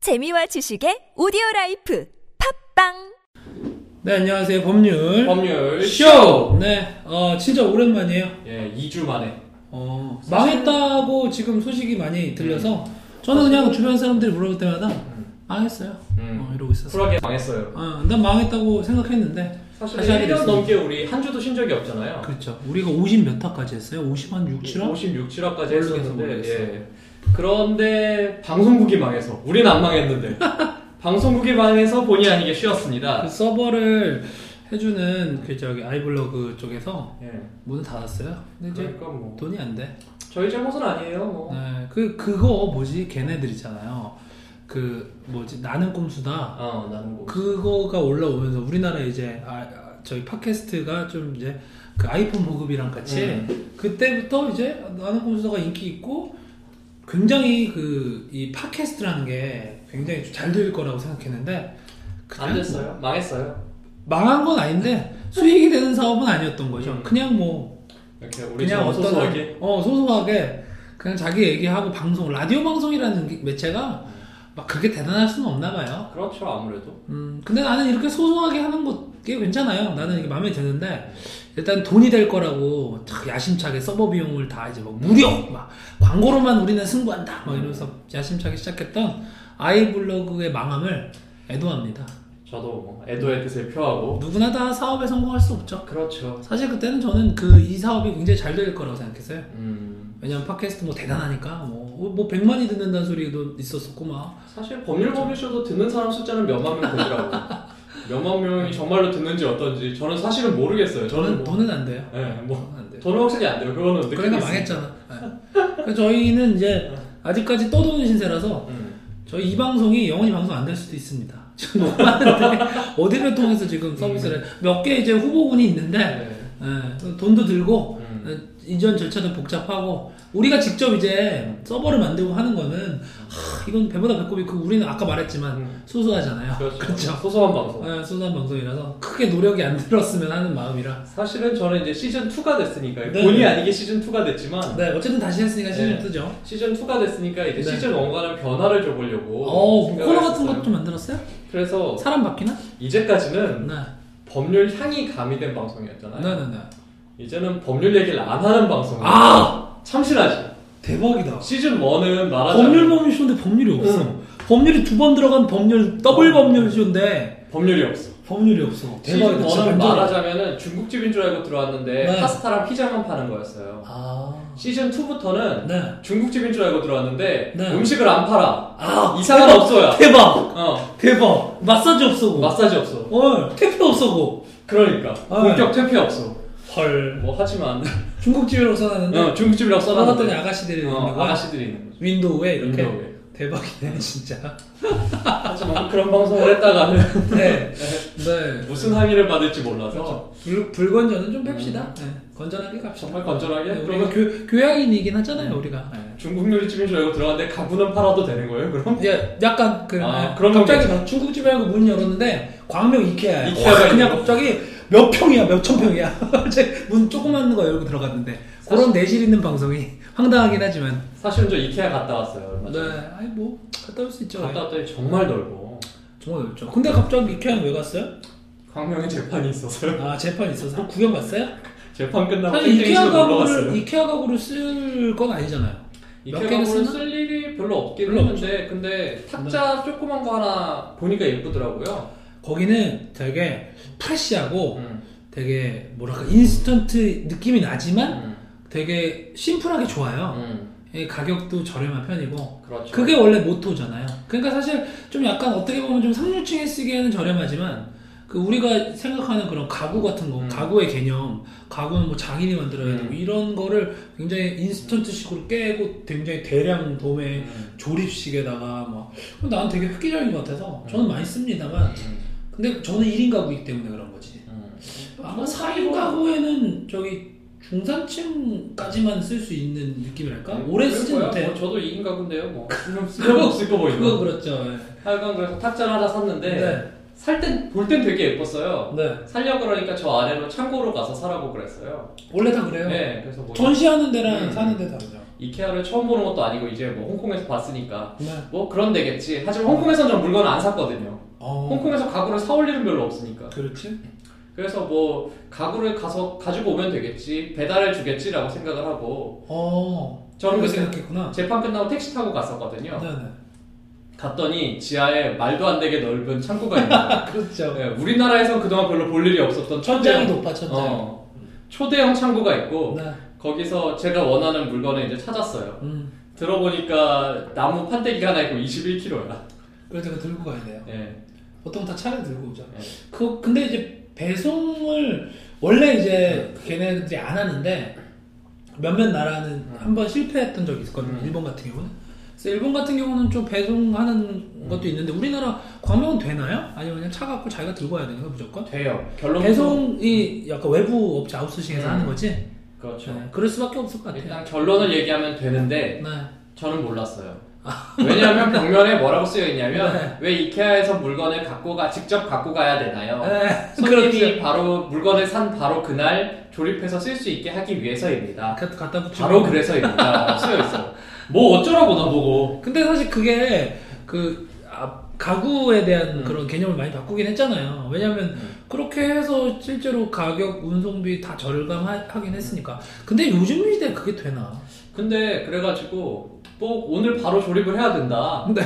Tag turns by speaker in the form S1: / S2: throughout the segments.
S1: 재미와 지식의 오디오 라이프 팝빵
S2: 네, 안녕하세요. 법률.
S3: 법률
S2: 쇼! 네, 어, 진짜 오랜만이에요.
S3: 예, 2주 만에.
S2: 어, 망했다고 지금 소식이 많이 들려서 저는 그냥 주변 사람들이 물어볼 때마다 망했어요.
S3: 음.
S2: 어, 이러고 있었어요.
S3: 쿨하게 망했어요.
S2: 어, 난 망했다고 생각했는데.
S3: 사실
S2: 다시 하게
S3: 1년
S2: 됐습니다.
S3: 넘게 우리 한 주도 쉰 적이 없잖아요.
S2: 그렇죠. 우리가 50 몇 화까지 했어요? 50 한 6, 7화?
S3: 56, 7화까지
S2: 몰라서
S3: 했었는데,
S2: 모르겠어요.
S3: 예. 그런데 방송국이 망해서, 우리는 안 망했는데, 방송국이 망해서 본의 아니게 쉬었습니다.
S2: 그 서버를 해주는 그 저기 아이블로그 쪽에서
S3: 예.
S2: 문을 닫았어요. 근데 이제
S3: 그러니까 뭐
S2: 돈이 안 돼.
S3: 저희 잘못은 아니에요. 뭐.
S2: 네, 그, 그거 뭐지? 걔네들이잖아요. 그, 뭐지? 나는 꼼수다.
S3: 어, 나는 뭐.
S2: 그거가 올라오면서 우리나라 이제 아, 아, 저희 팟캐스트가 좀 이제 그 아이폰 보급이랑 같이
S3: 음.
S2: 그때부터 이제 나는 꼼수가 인기 있고 굉장히 그 이 팟캐스트라는 게 굉장히 잘 될 거라고 생각했는데 그냥 뭐.
S3: 안 됐어요. 망했어요.
S2: 망한 건 아닌데 수익이 되는 사업은 아니었던 거죠.
S3: 음.
S2: 그냥 뭐
S3: 이렇게 우리
S2: 그냥 어떤
S3: 소소하게.
S2: 어 소소하게 그냥 자기 얘기하고 방송 라디오 방송이라는 게-
S3: 음.
S2: 매체가 막 그게 대단할 수는 없나 봐요.
S3: 그렇죠, 아무래도.
S2: 음, 근데 나는 이렇게 소소하게 하는 것꽤 괜찮아요. 나는 이게 마음에 드는데, 일단 돈이 될 거라고 다 야심차게 서버 비용을 다 이제 막 무료! 막 광고로만 우리는 승부한다! 막 이러면서 야심차게 시작했던 아이블로그의 망함을 애도합니다.
S3: 저도 뭐 애도의 뜻을 표하고.
S2: 누구나 다 사업에 성공할 수 없죠.
S3: 그렇죠.
S2: 사실 그때는 저는 그 이 사업이 굉장히 잘 될 거라고 생각했어요.
S3: 음.
S2: 왜냐면 팟캐스트 뭐 대단하니까 뭐, 뭐 100만이 듣는다는 소리도 있었었고 막.
S3: 사실 법률
S2: 그렇죠.
S3: 법률쇼도 듣는 사람 숫자는 몇만 명 되더라고요. 몇만 명이 정말로 듣는지 어떤지 저는 사실은 모르겠어요. 저는
S2: 돈은,
S3: 뭐,
S2: 돈은 안 돼요.
S3: 예, 뭐
S2: 돈은 안 돼요.
S3: 돈은 확실히 안 돼요. 그거는 느끼고
S2: 그러니까
S3: 있어요.
S2: 망했잖아. 네. 그래서 저희는 이제 아직까지 떠도는 신세라서
S3: 음.
S2: 저희 이 방송이 영원히 방송 안 될 수도 있습니다. 지금 너무 많은데 어디를 통해서 지금 서비스를 몇 개 이제 후보군이 있는데
S3: 음. 네.
S2: 예, 돈도 들고
S3: 음.
S2: 예, 이전 절차도 복잡하고 우리가 직접 이제 서버를 만들고 하는 거는 하, 이건 배보다 배꼽이 그 우리는 아까 말했지만
S3: 음.
S2: 소소하잖아요.
S3: 그렇죠. 어.
S2: 그렇죠.
S3: 소소한 방송.
S2: 예, 소소한 방송이라서 크게 노력이 안 들었으면 하는 마음이라
S3: 사실은 저는 이제 시즌 2가 됐으니까
S2: 네.
S3: 본의 아니게 시즌 2가 됐지만
S2: 네 어쨌든 다시 했으니까 시즌
S3: 네.
S2: 뜨죠.
S3: 시즌 2가 됐으니까 이제
S2: 네.
S3: 시즌 1과는 변화를 줘보려고.
S2: 어, 뭐 코너
S3: 생각을
S2: 같은
S3: 했어요.
S2: 것도 만들었어요?
S3: 그래서
S2: 사람 바뀌나?
S3: 이제까지는
S2: 네.
S3: 법률 향이 가미된 방송이었잖아요.
S2: 네네네.
S3: 이제는 법률 얘기를 안 하는 방송.
S2: 아!
S3: 참신하지.
S2: 대박이다.
S3: 시즌 1은 말하자
S2: 법률 법률 쇼인데 법률이 없어. 법률이 두 번 들어간 법률, 더블 법률 쇼인데
S3: 법률이 없어.
S2: 법률이 없어.
S3: 시즌 1은
S2: 완전히-
S3: 말하자면은 중국집인 줄 알고 들어왔는데
S2: 네.
S3: 파스타랑 피자만 파는 거였어요.
S2: 아.
S3: 시즌 2부터는
S2: 네.
S3: 중국집인 줄 알고 들어왔는데
S2: 네.
S3: 음식을 안 팔아.
S2: 아,
S3: 이상한
S2: 대박.
S3: 업소야.
S2: 대박!
S3: 어,
S2: 대박! 마사지 없어고.
S3: 마사지 없어.
S2: 헐, 퇴폐 없어고.
S3: 그러니까
S2: 아.
S3: 본격 퇴폐 없어.
S2: 헐.
S3: 뭐 하지만
S2: 중국집이라고 써놨는데,
S3: 어, 중국집이라고
S2: 써놨더니
S3: 써놨는데
S2: 아가씨들이
S3: 어,
S2: 있는 거야.
S3: 아가씨들이 있는 거죠.
S2: 윈도우에 이렇게.
S3: 윈도우에.
S2: 대박이네, 진짜.
S3: 하지만 그런 방송을 했다가는
S2: 네. 네.
S3: 무슨 항의를 받을지 몰라서
S2: 그렇죠.
S3: 음.
S2: 불, 불건전은 좀 뺍시다. 네. 건전하게 갑시다.
S3: 정말 건전하게
S2: 네, 우리가
S3: 그러면 네.
S2: 교, 교양인이긴 하잖아요, 우리가.
S3: 중국 요리집인 줄 알고 들어왔는데 가구는 팔아도 되는 거예요? 그럼?
S2: 예, 약간 그
S3: 아,
S2: 네.
S3: 그런
S2: 갑자기
S3: 건
S2: 막 중국집에 하고 문을 열었는데 광명 이케아야.
S3: 이케아가
S2: 와,
S3: 있는
S2: 그냥
S3: 거.
S2: 갑자기 몇 평이야, 몇 천 평이야. 이제 문 조그만 거 열고 들어갔는데 그런 내실 있는 방송이 황당하긴 하지만.
S3: 사실은 저 이케아 갔다 왔어요. 얼마
S2: 네,
S3: 전에.
S2: 아니 뭐 갔다 올 수 있죠.
S3: 갔다 왔더니 정말 넓어.
S2: 정말 넓죠. 근데 갑자기 이케아는 왜 갔어요?
S3: 광명에 재판이 있어서요.
S2: 아 재판 있어서 구경 갔어요?
S3: 재판 끝나고
S2: 사실 이케아
S3: 땡땡이식으로 올라갔어요.
S2: 가구를 이케아 가구를 쓸 건 아니잖아요.
S3: 이케아
S2: 몇 개는
S3: 가구는
S2: 쓰나?
S3: 쓸 일이 별로 네. 없긴
S2: 별로
S3: 했는데 근데 탁자 조그만 거 하나 보니까 예쁘더라고요.
S2: 거기는 되게 프레시하고
S3: 음.
S2: 되게 뭐랄까 인스턴트 느낌이 나지만
S3: 음.
S2: 되게 심플하게 좋아요.
S3: 음.
S2: 예, 가격도 저렴한 편이고
S3: 그렇죠.
S2: 그게 원래 모토잖아요. 그러니까 사실 좀 약간 어떻게 보면 좀 상류층에 쓰기에는 저렴하지만 그 우리가 생각하는 그런 가구 같은 거,
S3: 음.
S2: 가구의 개념, 가구는 뭐 장인이 만들어야 되고
S3: 음.
S2: 이런 거를 굉장히 인스턴트식으로 깨고 굉장히 대량 도매
S3: 음.
S2: 조립식에다가 뭐 나는 되게 획기적인 것 같아서 저는 많이 씁니다만
S3: 음.
S2: 근데 저는 1인 가구이기 때문에 그런 거지.
S3: 음.
S2: 아마 4인 가구에는 저기 중산층까지만 쓸 수 있는 느낌이랄까? 그러니까 오래
S3: 그럴
S2: 쓰지
S3: 거야.
S2: 못해.
S3: 뭐 저도 이인 가구인데요. 뭐 쓸모 없을 거뭐 보이고.
S2: 그거 그렇죠. 예.
S3: 하여간 그래서 탁자를 하나 샀는데
S2: 네.
S3: 살 땐 볼 땐 되게 예뻤어요.
S2: 네.
S3: 살려 그러니까 저 아래로 창고로 가서 사라고 그랬어요.
S2: 원래 다 그래요.
S3: 네, 그래서 뭐
S2: 전시하는 데랑
S3: 음.
S2: 사는 데 다르죠.
S3: 이케아를 처음 보는 것도 아니고 이제 뭐 홍콩에서 봤으니까
S2: 네.
S3: 뭐 그런 데겠지. 하지만 홍콩에선 전 물건을 안 샀거든요.
S2: 어,
S3: 홍콩에서 가구를 사올 일은 별로 없으니까.
S2: 그렇지.
S3: 그래서 뭐 가구를 가서 가지고 오면 되겠지 배달해 주겠지라고 생각을 하고
S2: 어,
S3: 저는
S2: 그렇게
S3: 그때
S2: 생각했구나. 어.
S3: 재판 끝나고 택시 타고 갔었거든요.
S2: 네네.
S3: 갔더니 지하에 말도 안 되게 넓은 창고가 있는.
S2: 그렇죠.
S3: 네, 우리나라에서 그동안 별로 볼 일이 없었던
S2: 천장이
S3: 초대형
S2: 높아 천장.
S3: 어, 초대형 창고가 있고
S2: 네.
S3: 거기서 제가 원하는 물건을 이제 찾았어요.
S2: 음.
S3: 들어보니까 나무 판때기가 하나 있고 21kg야.
S2: 그래서 그거 들고 가야 돼요.
S3: 예.
S2: 보통 다 차례 들고 오죠.
S3: 네.
S2: 그 근데 이제 배송을 원래 이제 걔네들이 안 하는데 몇몇 나라는
S3: 음.
S2: 한 번 실패했던 적이 있었거든요.
S3: 음.
S2: 일본 같은 경우는. 그래서 일본 같은 경우는 좀 배송하는
S3: 음.
S2: 것도 있는데 우리나라 광명은 되나요? 아니면 그냥 차 갖고 자기가 들고 와야 되는 거 무조건?
S3: 돼요. 결론
S2: 배송이 약간 외부 업체 아웃소싱에서
S3: 음.
S2: 하는 거지.
S3: 그렇죠.
S2: 네, 그럴 수밖에 없을 것 같아요.
S3: 일단 결론을 얘기하면 되는데
S2: 네.
S3: 저는 몰랐어요. 왜냐하면 벽면에 뭐라고 쓰여 있냐면
S2: 아. 네.
S3: 왜 이케아에서 물건을 갖고 가 직접 갖고 가야 되나요?
S2: 네.
S3: 어, 손님이
S2: 그렇죠.
S3: 바로 물건을 산 바로 그날 조립해서 쓸 수 있게 하기 위해서입니다.
S2: 갖- 갖다 붙이고.
S3: 바로 그래서입니다. 쓰여 있어. 뭐 어쩌라고 나보고.
S2: 근데 사실 그게 그 아, 가구에 대한
S3: 음.
S2: 그런 개념을 많이 바꾸긴 했잖아요. 왜냐면
S3: 음.
S2: 그렇게 해서 실제로 가격, 운송비 다 절감하긴 했으니까. 근데 요즘 시대에 그게 되나?
S3: 근데 그래가지고 뭐 오늘 바로 조립을 해야 된다.
S2: 근데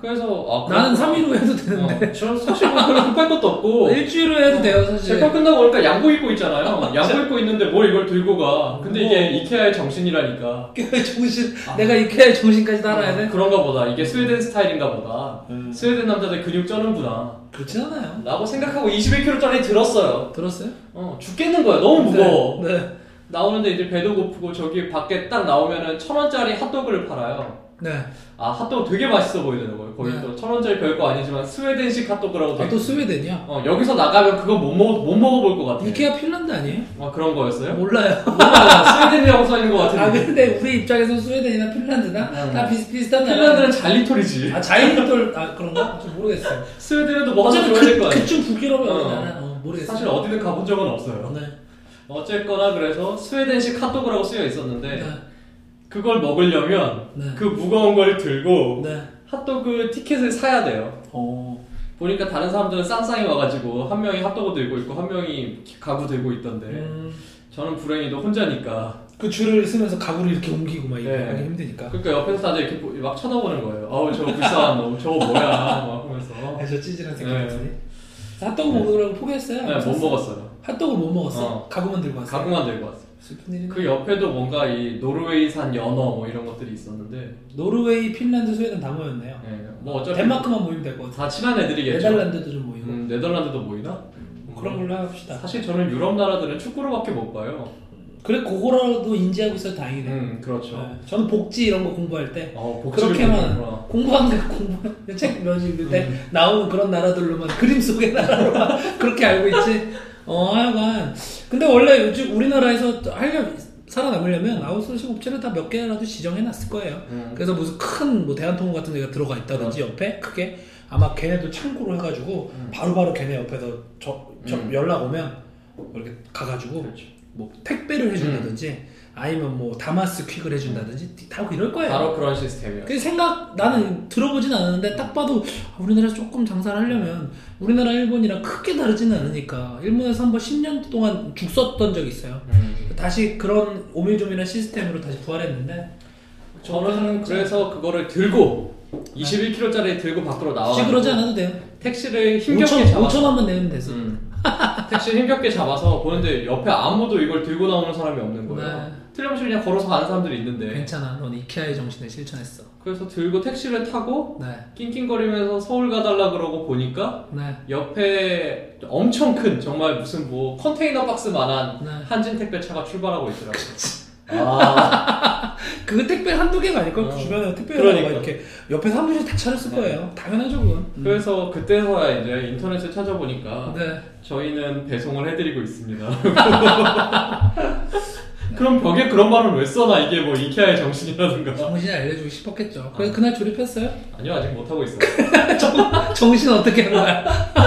S3: 그래서 아,
S2: 네. 나는 3일 후에 네. 해도 되는데.
S3: 되는데. 저는 사실 뭐 별로 급할 것도 없고.
S2: 일주일 후에 해도
S3: 어.
S2: 돼요, 사실.
S3: 재판 끝나고 오니까 양복 입고 있잖아요. 양복 입고 있는데 뭘 이걸 들고 가. 근데 이게
S2: 어.
S3: 이케아의 정신이라니까.
S2: 학교의 정신,
S3: 아. 어.
S2: 내가 이케아의 정신까지 따라야 돼?
S3: 그런가 보다. 이게 스웨덴 스타일인가 보다.
S2: 음.
S3: 스웨덴 남자들 근육 쩌는구나.
S2: 그렇진 않아요.
S3: 라고 생각하고 21kg짜리 들었어요.
S2: 들었어요?
S3: 어, 죽겠는 거야. 너무 무거워.
S2: 네. 네.
S3: 나오는데 이제 배도 고프고 저기 밖에 딱 나오면은 천 원짜리 핫도그를 팔아요.
S2: 네.
S3: 아, 핫도그 되게 맛있어 보이는 거예요. 거기
S2: 네.
S3: 또천 원짜리 별거 아니지만 스웨덴식 핫도그라고 돼
S2: 아, 또
S3: 있고.
S2: 스웨덴이야?
S3: 어, 여기서 나가면 그거 못, 먹, 못 먹어볼 것 같아.
S2: 이케아 핀란드 아니에요?
S3: 아, 그런 거였어요?
S2: 몰라요.
S3: 몰라. 스웨덴이라고 써있는 것
S2: 아,
S3: 같은데.
S2: 근데 우리 입장에서 스웨덴이나 핀란드나
S3: 음.
S2: 다 비슷비슷한 나라.
S3: 핀란드는 잘리토리지.
S2: 아, 자이돌, 아, 그런가? 좀 모르겠어요.
S3: 스웨덴에도 뭐 하나
S2: 어차피
S3: 줘야 될거
S2: 그,
S3: 아니야.
S2: 그쯤 북유럽에
S3: 어.
S2: 어디 나라? 어, 모르겠어요.
S3: 사실 어디든 가본 적은 없어요.
S2: 네.
S3: 어쨌거나 그래서 스웨덴식 핫도그라고 쓰여 있었는데
S2: 네.
S3: 그걸 먹으려면
S2: 네.
S3: 그 무거운 걸 들고
S2: 네.
S3: 핫도그 티켓을 사야 돼요.
S2: 어.
S3: 보니까 다른 사람들은 쌍쌍이 와가지고 한 명이 핫도그 들고 있고 한 명이 가구 들고 있던데
S2: 음,
S3: 저는 불행히도 혼자니까
S2: 그 줄을 쓰면서 가구를 이렇게 옮기고 막 이렇게
S3: 네.
S2: 하기 힘드니까.
S3: 그러니까 옆에서 다들 이렇게 보- 막 쳐다보는 거예요. 아우 저 불쌍한 놈 저거 뭐야 막 하면서
S2: 아, 저 찌질한 새끼
S3: 그 네.
S2: 같으니. 핫도그 먹으라고 포기했어요?
S3: 네, 못 먹었어요.
S2: 핫도그 못 먹었어?
S3: 어.
S2: 가구만 들고 왔어?
S3: 가구만 들고 왔어요.
S2: 슬픈 일이네.
S3: 그 옆에도 뭔가 이 노르웨이산 연어 뭐 이런 것들이 있었는데
S2: 노르웨이, 핀란드, 스웨덴 다 모였네요.
S3: 네, 뭐 어차피
S2: 덴마크만 모이면 될 것 같아.
S3: 다 친한 애들이겠죠.
S2: 네덜란드도 좀 모이고.
S3: 음, 네덜란드도 모이나?
S2: 그런 걸로 합시다.
S3: 사실 저는 유럽 나라들은 축구로밖에 못 봐요.
S2: 그래, 그거라도 인지하고 있어서 다행이네.
S3: 음, 그렇죠.
S2: 네. 저는 복지 이런 거 공부할 때
S3: 어, 음. 복지를
S2: 그렇게만
S3: 보는구나.
S2: 공부한 게 공부 책 면접 때 나오는 그런 나라들로만 그림 속의 나라로만 그렇게 알고 있지. 어 하여간 근데 원래 요즘 우리나라에서 하여간 살아남으려면 아웃소싱 업체를 다 몇 개라도 지정해 놨을 거예요.
S3: 음.
S2: 그래서 무슨 큰 뭐 대한통운 같은 데가 들어가 있다든지 옆에 크게 아마 걔네도 창구로 해가지고
S3: 음.
S2: 바로바로 걔네 옆에서 저, 저
S3: 음.
S2: 연락 오면 이렇게 가가지고
S3: 그렇죠.
S2: 뭐 택배를 해준다든지 아니면 뭐 다마스 퀵을 해준다든지 다 이럴 거예요.
S3: 바로 그런 시스템이야.
S2: 그 생각 나는 들어보진 않았는데 딱 봐도 아, 우리나라 조금 장사를 하려면 우리나라 일본이랑 크게 다르지는 않으니까 일본에서 한 번 10년 동안 죽 썼던 적이 있어요.
S3: 음.
S2: 다시 그런 오밀조밀한 시스템으로 다시 부활했는데
S3: 저는 그래서 그거를 들고 21kg짜리 들고 밖으로 나와.
S2: 굳이 그러지 않아도 돼요.
S3: 택시를 힘겹게
S2: 5천,
S3: 잡아서.
S2: 5천 원만 내면 돼서
S3: 음. 택시 힘겹게 잡아서 보는데 옆에 아무도 이걸 들고 나오는 사람이 없는 거예요.
S2: 네.
S3: 틀림없이 그냥 걸어서 가는 사람들이 있는데.
S2: 괜찮아. 넌 이케아의 정신을 실천했어.
S3: 그래서 들고 택시를 타고
S2: 네,
S3: 낑낑거리면서 서울 가달라 그러고 보니까
S2: 네,
S3: 옆에 엄청 큰 정말 무슨 뭐 컨테이너 박스만한
S2: 네.
S3: 한진 택배 차가 출발하고 있더라고요. 아,
S2: 그거 택배 한두 개가 아닐 걸그
S3: 어.
S2: 주변에 택배
S3: 그러니까.
S2: 그러니까. 이렇게 옆에서 한 분씩 다 차렸을
S3: 네.
S2: 거예요. 당연하죠 그건. 음.
S3: 그래서 그때서야 이제 인터넷을 찾아보니까
S2: 네.
S3: 저희는 배송을 해드리고 있습니다. 그럼 벽에 그런 말을 왜 써나 이게 뭐 이케아의 정신이라든가.
S2: 정신을 알려주고 싶었겠죠.
S3: 어.
S2: 그래 그날 조립했어요?
S3: 아니요 아직 못 하고 있어요.
S2: 정신 어떻게 한 거야?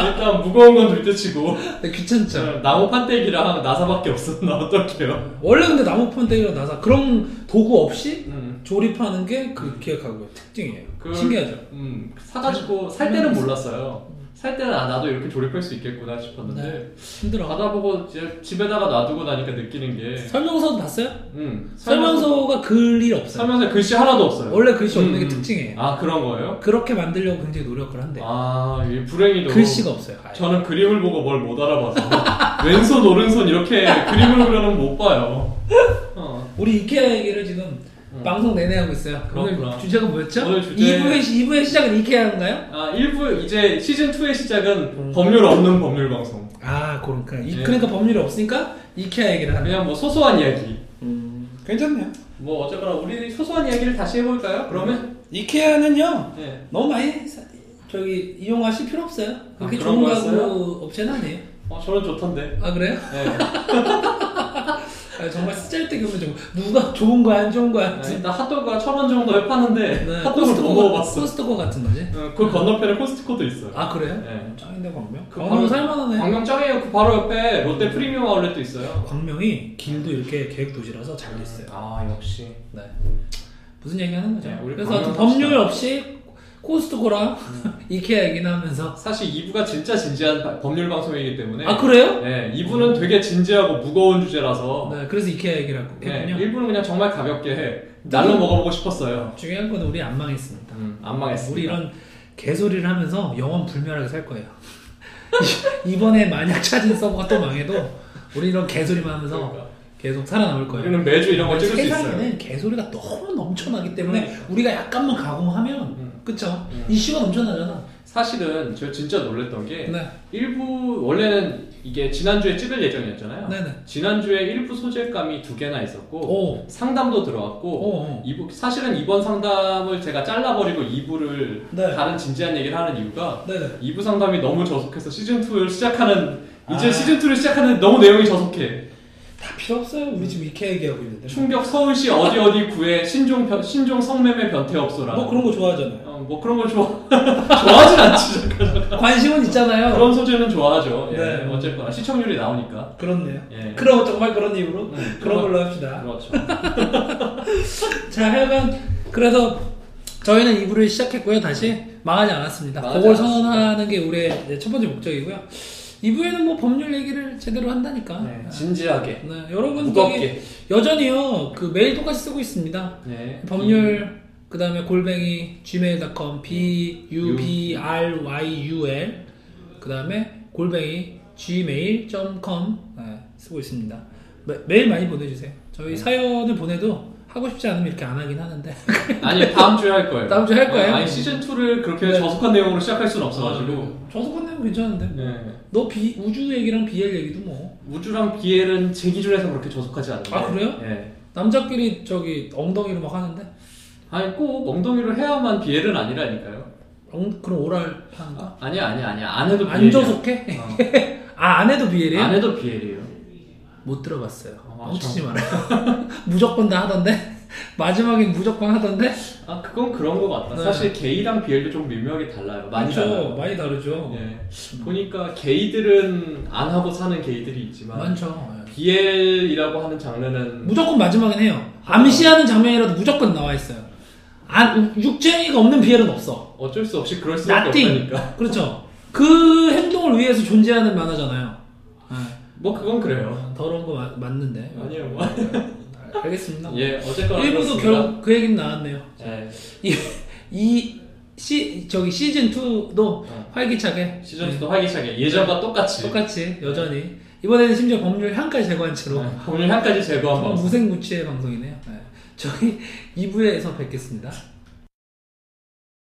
S3: 일단 무거운 건 둘째치고
S2: 근데 네, 귀찮죠.
S3: 나무 판때기랑 나사밖에 없었나 어떡해요?
S2: 원래 근데 나무판 때기랑 나사 그런 도구 없이
S3: 음,
S2: 조립하는 게 그 기획하고의 특징이에요.
S3: 그-
S2: 신기하죠.
S3: 음, 사가지고 살 때는
S2: 음.
S3: 몰랐어요. 살 때는 아 나도 이렇게 조립할 수 있겠구나
S2: 네.
S3: 싶었는데
S2: 힘들어.
S3: 받아보고 이제 집에다가 놔두고 나니까 느끼는 게
S2: 설명서도 봤어요?
S3: 음,
S2: 설명서가 글이 없어요.
S3: 설명서 글씨 하나도 없어요.
S2: 원래 글씨 없는 게
S3: 음.
S2: 특징이에요.
S3: 아 그런 거예요?
S2: 그렇게 만들려고 굉장히 노력을 한대요.
S3: 아 이게 불행히도
S2: 글씨가 없어요. 아예.
S3: 저는 그림을 보고 뭘 못 알아봐서 왼손 오른손 이렇게 그림을 그려놓으면 못 봐요. 어.
S2: 우리 이케아 얘기를 지금
S3: 음.
S2: 방송 내내 하고 있어요.
S3: 그렇구나.
S2: 오늘 주제가 뭐였죠?
S3: 오늘 주제-
S2: 2부의, 2부의 시작은 이케아인가요?
S3: 아 1부 이제 시즌 2의 시작은
S2: 음.
S3: 법률 없는 법률 방송.
S2: 아, 그러니까. 이-
S3: 네.
S2: 그러니까 법률이 없으니까 이케아 얘기를 하는
S3: 그냥 뭐 소소한 이야기.
S2: 음, 괜찮네요.
S3: 뭐 어쨌거나 우리 소소한 이야기를 다시 해볼까요? 그러면
S2: 이케아는요,
S3: 네.
S2: 너무 많이 사- 저기 이용하실 필요 없어요. 그렇게
S3: 아, 그런
S2: 좋은
S3: 거였어요?
S2: 가구 업체는 아니에요.
S3: 어 저는 좋던데.
S2: 아, 그래요?
S3: 네.
S2: 아, 정말 쓰잘데기 없는 정보. 누가 좋은 거야, 안 좋은 거야.
S3: 일단 핫도그가 천 원 정도에 파는데
S2: 네,
S3: 핫도그를 못 네. 먹어봤어.
S2: 코스트코 같은 거지.
S3: 어, 그 건너편에 코스트코도 있어요.
S2: 아, 그래요?
S3: 네.
S2: 짱인데, 광명?
S3: 그
S2: 광명
S3: 광-
S2: 살만하네.
S3: 광명 짱이에요. 그 바로 옆에 롯데 프리미엄 아울렛도 있어요.
S2: 광명이 길도 이렇게 계획 도시라서 잘 됐어요.
S3: 아 역시.
S2: 네. 무슨 얘기 하는 거죠?
S3: 네, 우리
S2: 그래서
S3: 광명
S2: 하여튼 법률
S3: 합시다. 음.
S2: 없이 코스트코랑 이케아 얘기는 하면서.
S3: 사실 2부가 진짜 진지한 바- 법률 방송이기 때문에
S2: 아, 그래요?
S3: 네, 2부는 되게 진지하고 무거운 주제라서
S2: 네, 그래서 이케아 얘기를 하고
S3: 네,
S2: 했군요. 네.
S3: 1부는 그냥 정말 가볍게 해 날로 먹어보고 싶었어요 음,
S2: 중요한 건 우리 안 망했습니다.
S3: 안 망했습니다
S2: 우리 이런 개소리를 하면서 영원 불멸하게 살 거예요. 이번에 만약 찾은 서버가 또 망해도 우리 이런 개소리만 하면서
S3: 그러니까.
S2: 계속 살아남을 거예요.
S3: 우리는 매주 이런 거 찍을 수 있어요
S2: 세상에는 개소리가 너무 넘쳐나기 때문에 우리가 약간만 가공하면
S3: 음.
S2: 그쵸?
S3: 음.
S2: 이슈가 넘쳐나잖아.
S3: 사실은 저 진짜 놀랬던 게
S2: 네.
S3: 1부 원래는 이게 지난주에 찍을 예정이었잖아요
S2: 네네.
S3: 지난주에 1부 소재감이 두 개나 있었고
S2: 오.
S3: 상담도 들어왔고
S2: 오. 오.
S3: 이부 사실은 이번 상담을 제가 잘라버리고 2부를
S2: 네.
S3: 다른 진지한 얘기를 하는 이유가
S2: 네네.
S3: 2부 상담이 너무 저속해서 시즌 2를 시작하는 이제
S2: 아.
S3: 시즌 2를 시작하는 너무 내용이 저속해.
S2: 다 필요 없어요. 우리 지금 이렇게 얘기하고 있는데.
S3: 충격 서울시 어디 어디 구에 신종 변, 신종 성매매 변태 없소라.
S2: 뭐 그런 거 좋아하잖아요.
S3: 어, 뭐 그런 걸 좋아 좋아하진 않지.
S2: 관심은 있잖아요.
S3: 그런 소재는 좋아하죠. 예.
S2: 네.
S3: 어쨌거나 시청률이 나오니까.
S2: 그렇네요.
S3: 예.
S2: 그럼 정말 그런 이유로
S3: 음,
S2: 그런 걸로 합시다.
S3: 그렇죠.
S2: 자, 하여간 그래서 저희는 2부를 시작했고요. 다시 망하지 않았습니다.
S3: 망하지
S2: 그걸
S3: 않았습니다.
S2: 선언하는 게 우리의 이제 첫 번째 목적이고요. 2부에는 뭐 법률 얘기를 제대로 한다니까.
S3: 네, 진지하게.
S2: 네, 여러분 저기
S3: 무겁게.
S2: 여전히요 그 메일 똑같이 쓰고 있습니다.
S3: 네.
S2: 법률 그다음에 골뱅이 gmail.com b u b r y u l 그다음에 골뱅이 gmail.com 아, 쓰고 있습니다. 메, 메일 많이 보내주세요.
S3: 네.
S2: 저희 사연을 보내도 하고 싶지 않으면 이렇게 안 하긴 하는데
S3: 이- 아니 다음 주에 할 거예요. 네,
S2: 다음 주에 할 거예요?
S3: 아니 시즌 2를 그렇게
S2: 네.
S3: 저속한 내용으로 시작할 수는 없어가지고.
S2: 저도 끝내면 괜찮은데 뭐.
S3: 네.
S2: 너 비, 우주 얘기랑 BL 얘기도 뭐
S3: 우주랑 비엘은 제 기준에서 그렇게 저속하지 않아요.
S2: 아, 그래요?
S3: 예.
S2: 남자끼리 저기 엉덩이로 막 하는데
S3: 아니 꼭 엉덩이로 해야만 비엘은 아니라니까요.
S2: 엉, 그럼 오랄 하는가?
S3: 아니야 아니야 아니야 안 해도
S2: 안
S3: 비엘이야. 어.
S2: 저속해? 아 안 해도 BL이에요?
S3: 안 해도 비엘이에요.
S2: 못 들어봤어요.
S3: 아,
S2: 엉치지 말아요. 무조건 다 하던데? 마지막엔 무조건 하던데?
S3: 아 그건 그런 것 같다.
S2: 네.
S3: 사실 게이랑 비엘도 좀 미묘하게 달라요. 많이
S2: 많죠.
S3: 달라요.
S2: 많이 다르죠.
S3: 예. 보니까 게이들은 안 하고 사는 게이들이 있지만
S2: 많죠. 예.
S3: 비엘이라고 하는 장르는
S2: 무조건 마지막엔 해요. 암시하는 장면이라도 무조건 나와 있어요. 안, 육쟁이가 없는 비엘은 없어.
S3: 어쩔 수 없이 그럴 수밖에
S2: Nothing.
S3: 없다니까.
S2: 그렇죠. 그 행동을 위해서 존재하는 만화잖아요. 예.
S3: 뭐 그건 그래요.
S2: 더러운 거 마- 맞는데.
S3: 아니에요 뭐.
S2: 알겠습니다.
S3: 예 어쨌거나
S2: 일부도
S3: 그렇습니다.
S2: 결국 그 얘기는 나왔네요.
S3: 예.
S2: 이, 이 시, 저기 시즌 2도
S3: 어.
S2: 활기차게
S3: 시즌 2도 활기차게 예전과 똑같이
S2: 똑같이 여전히 이번에는 심지어 법률 향까지 제거한 채로
S3: 예. 오늘 한까지 제거한
S2: 정말
S3: 방송.
S2: 무생무취의 방송이네요. 네. 저희 2부에서 뵙겠습니다.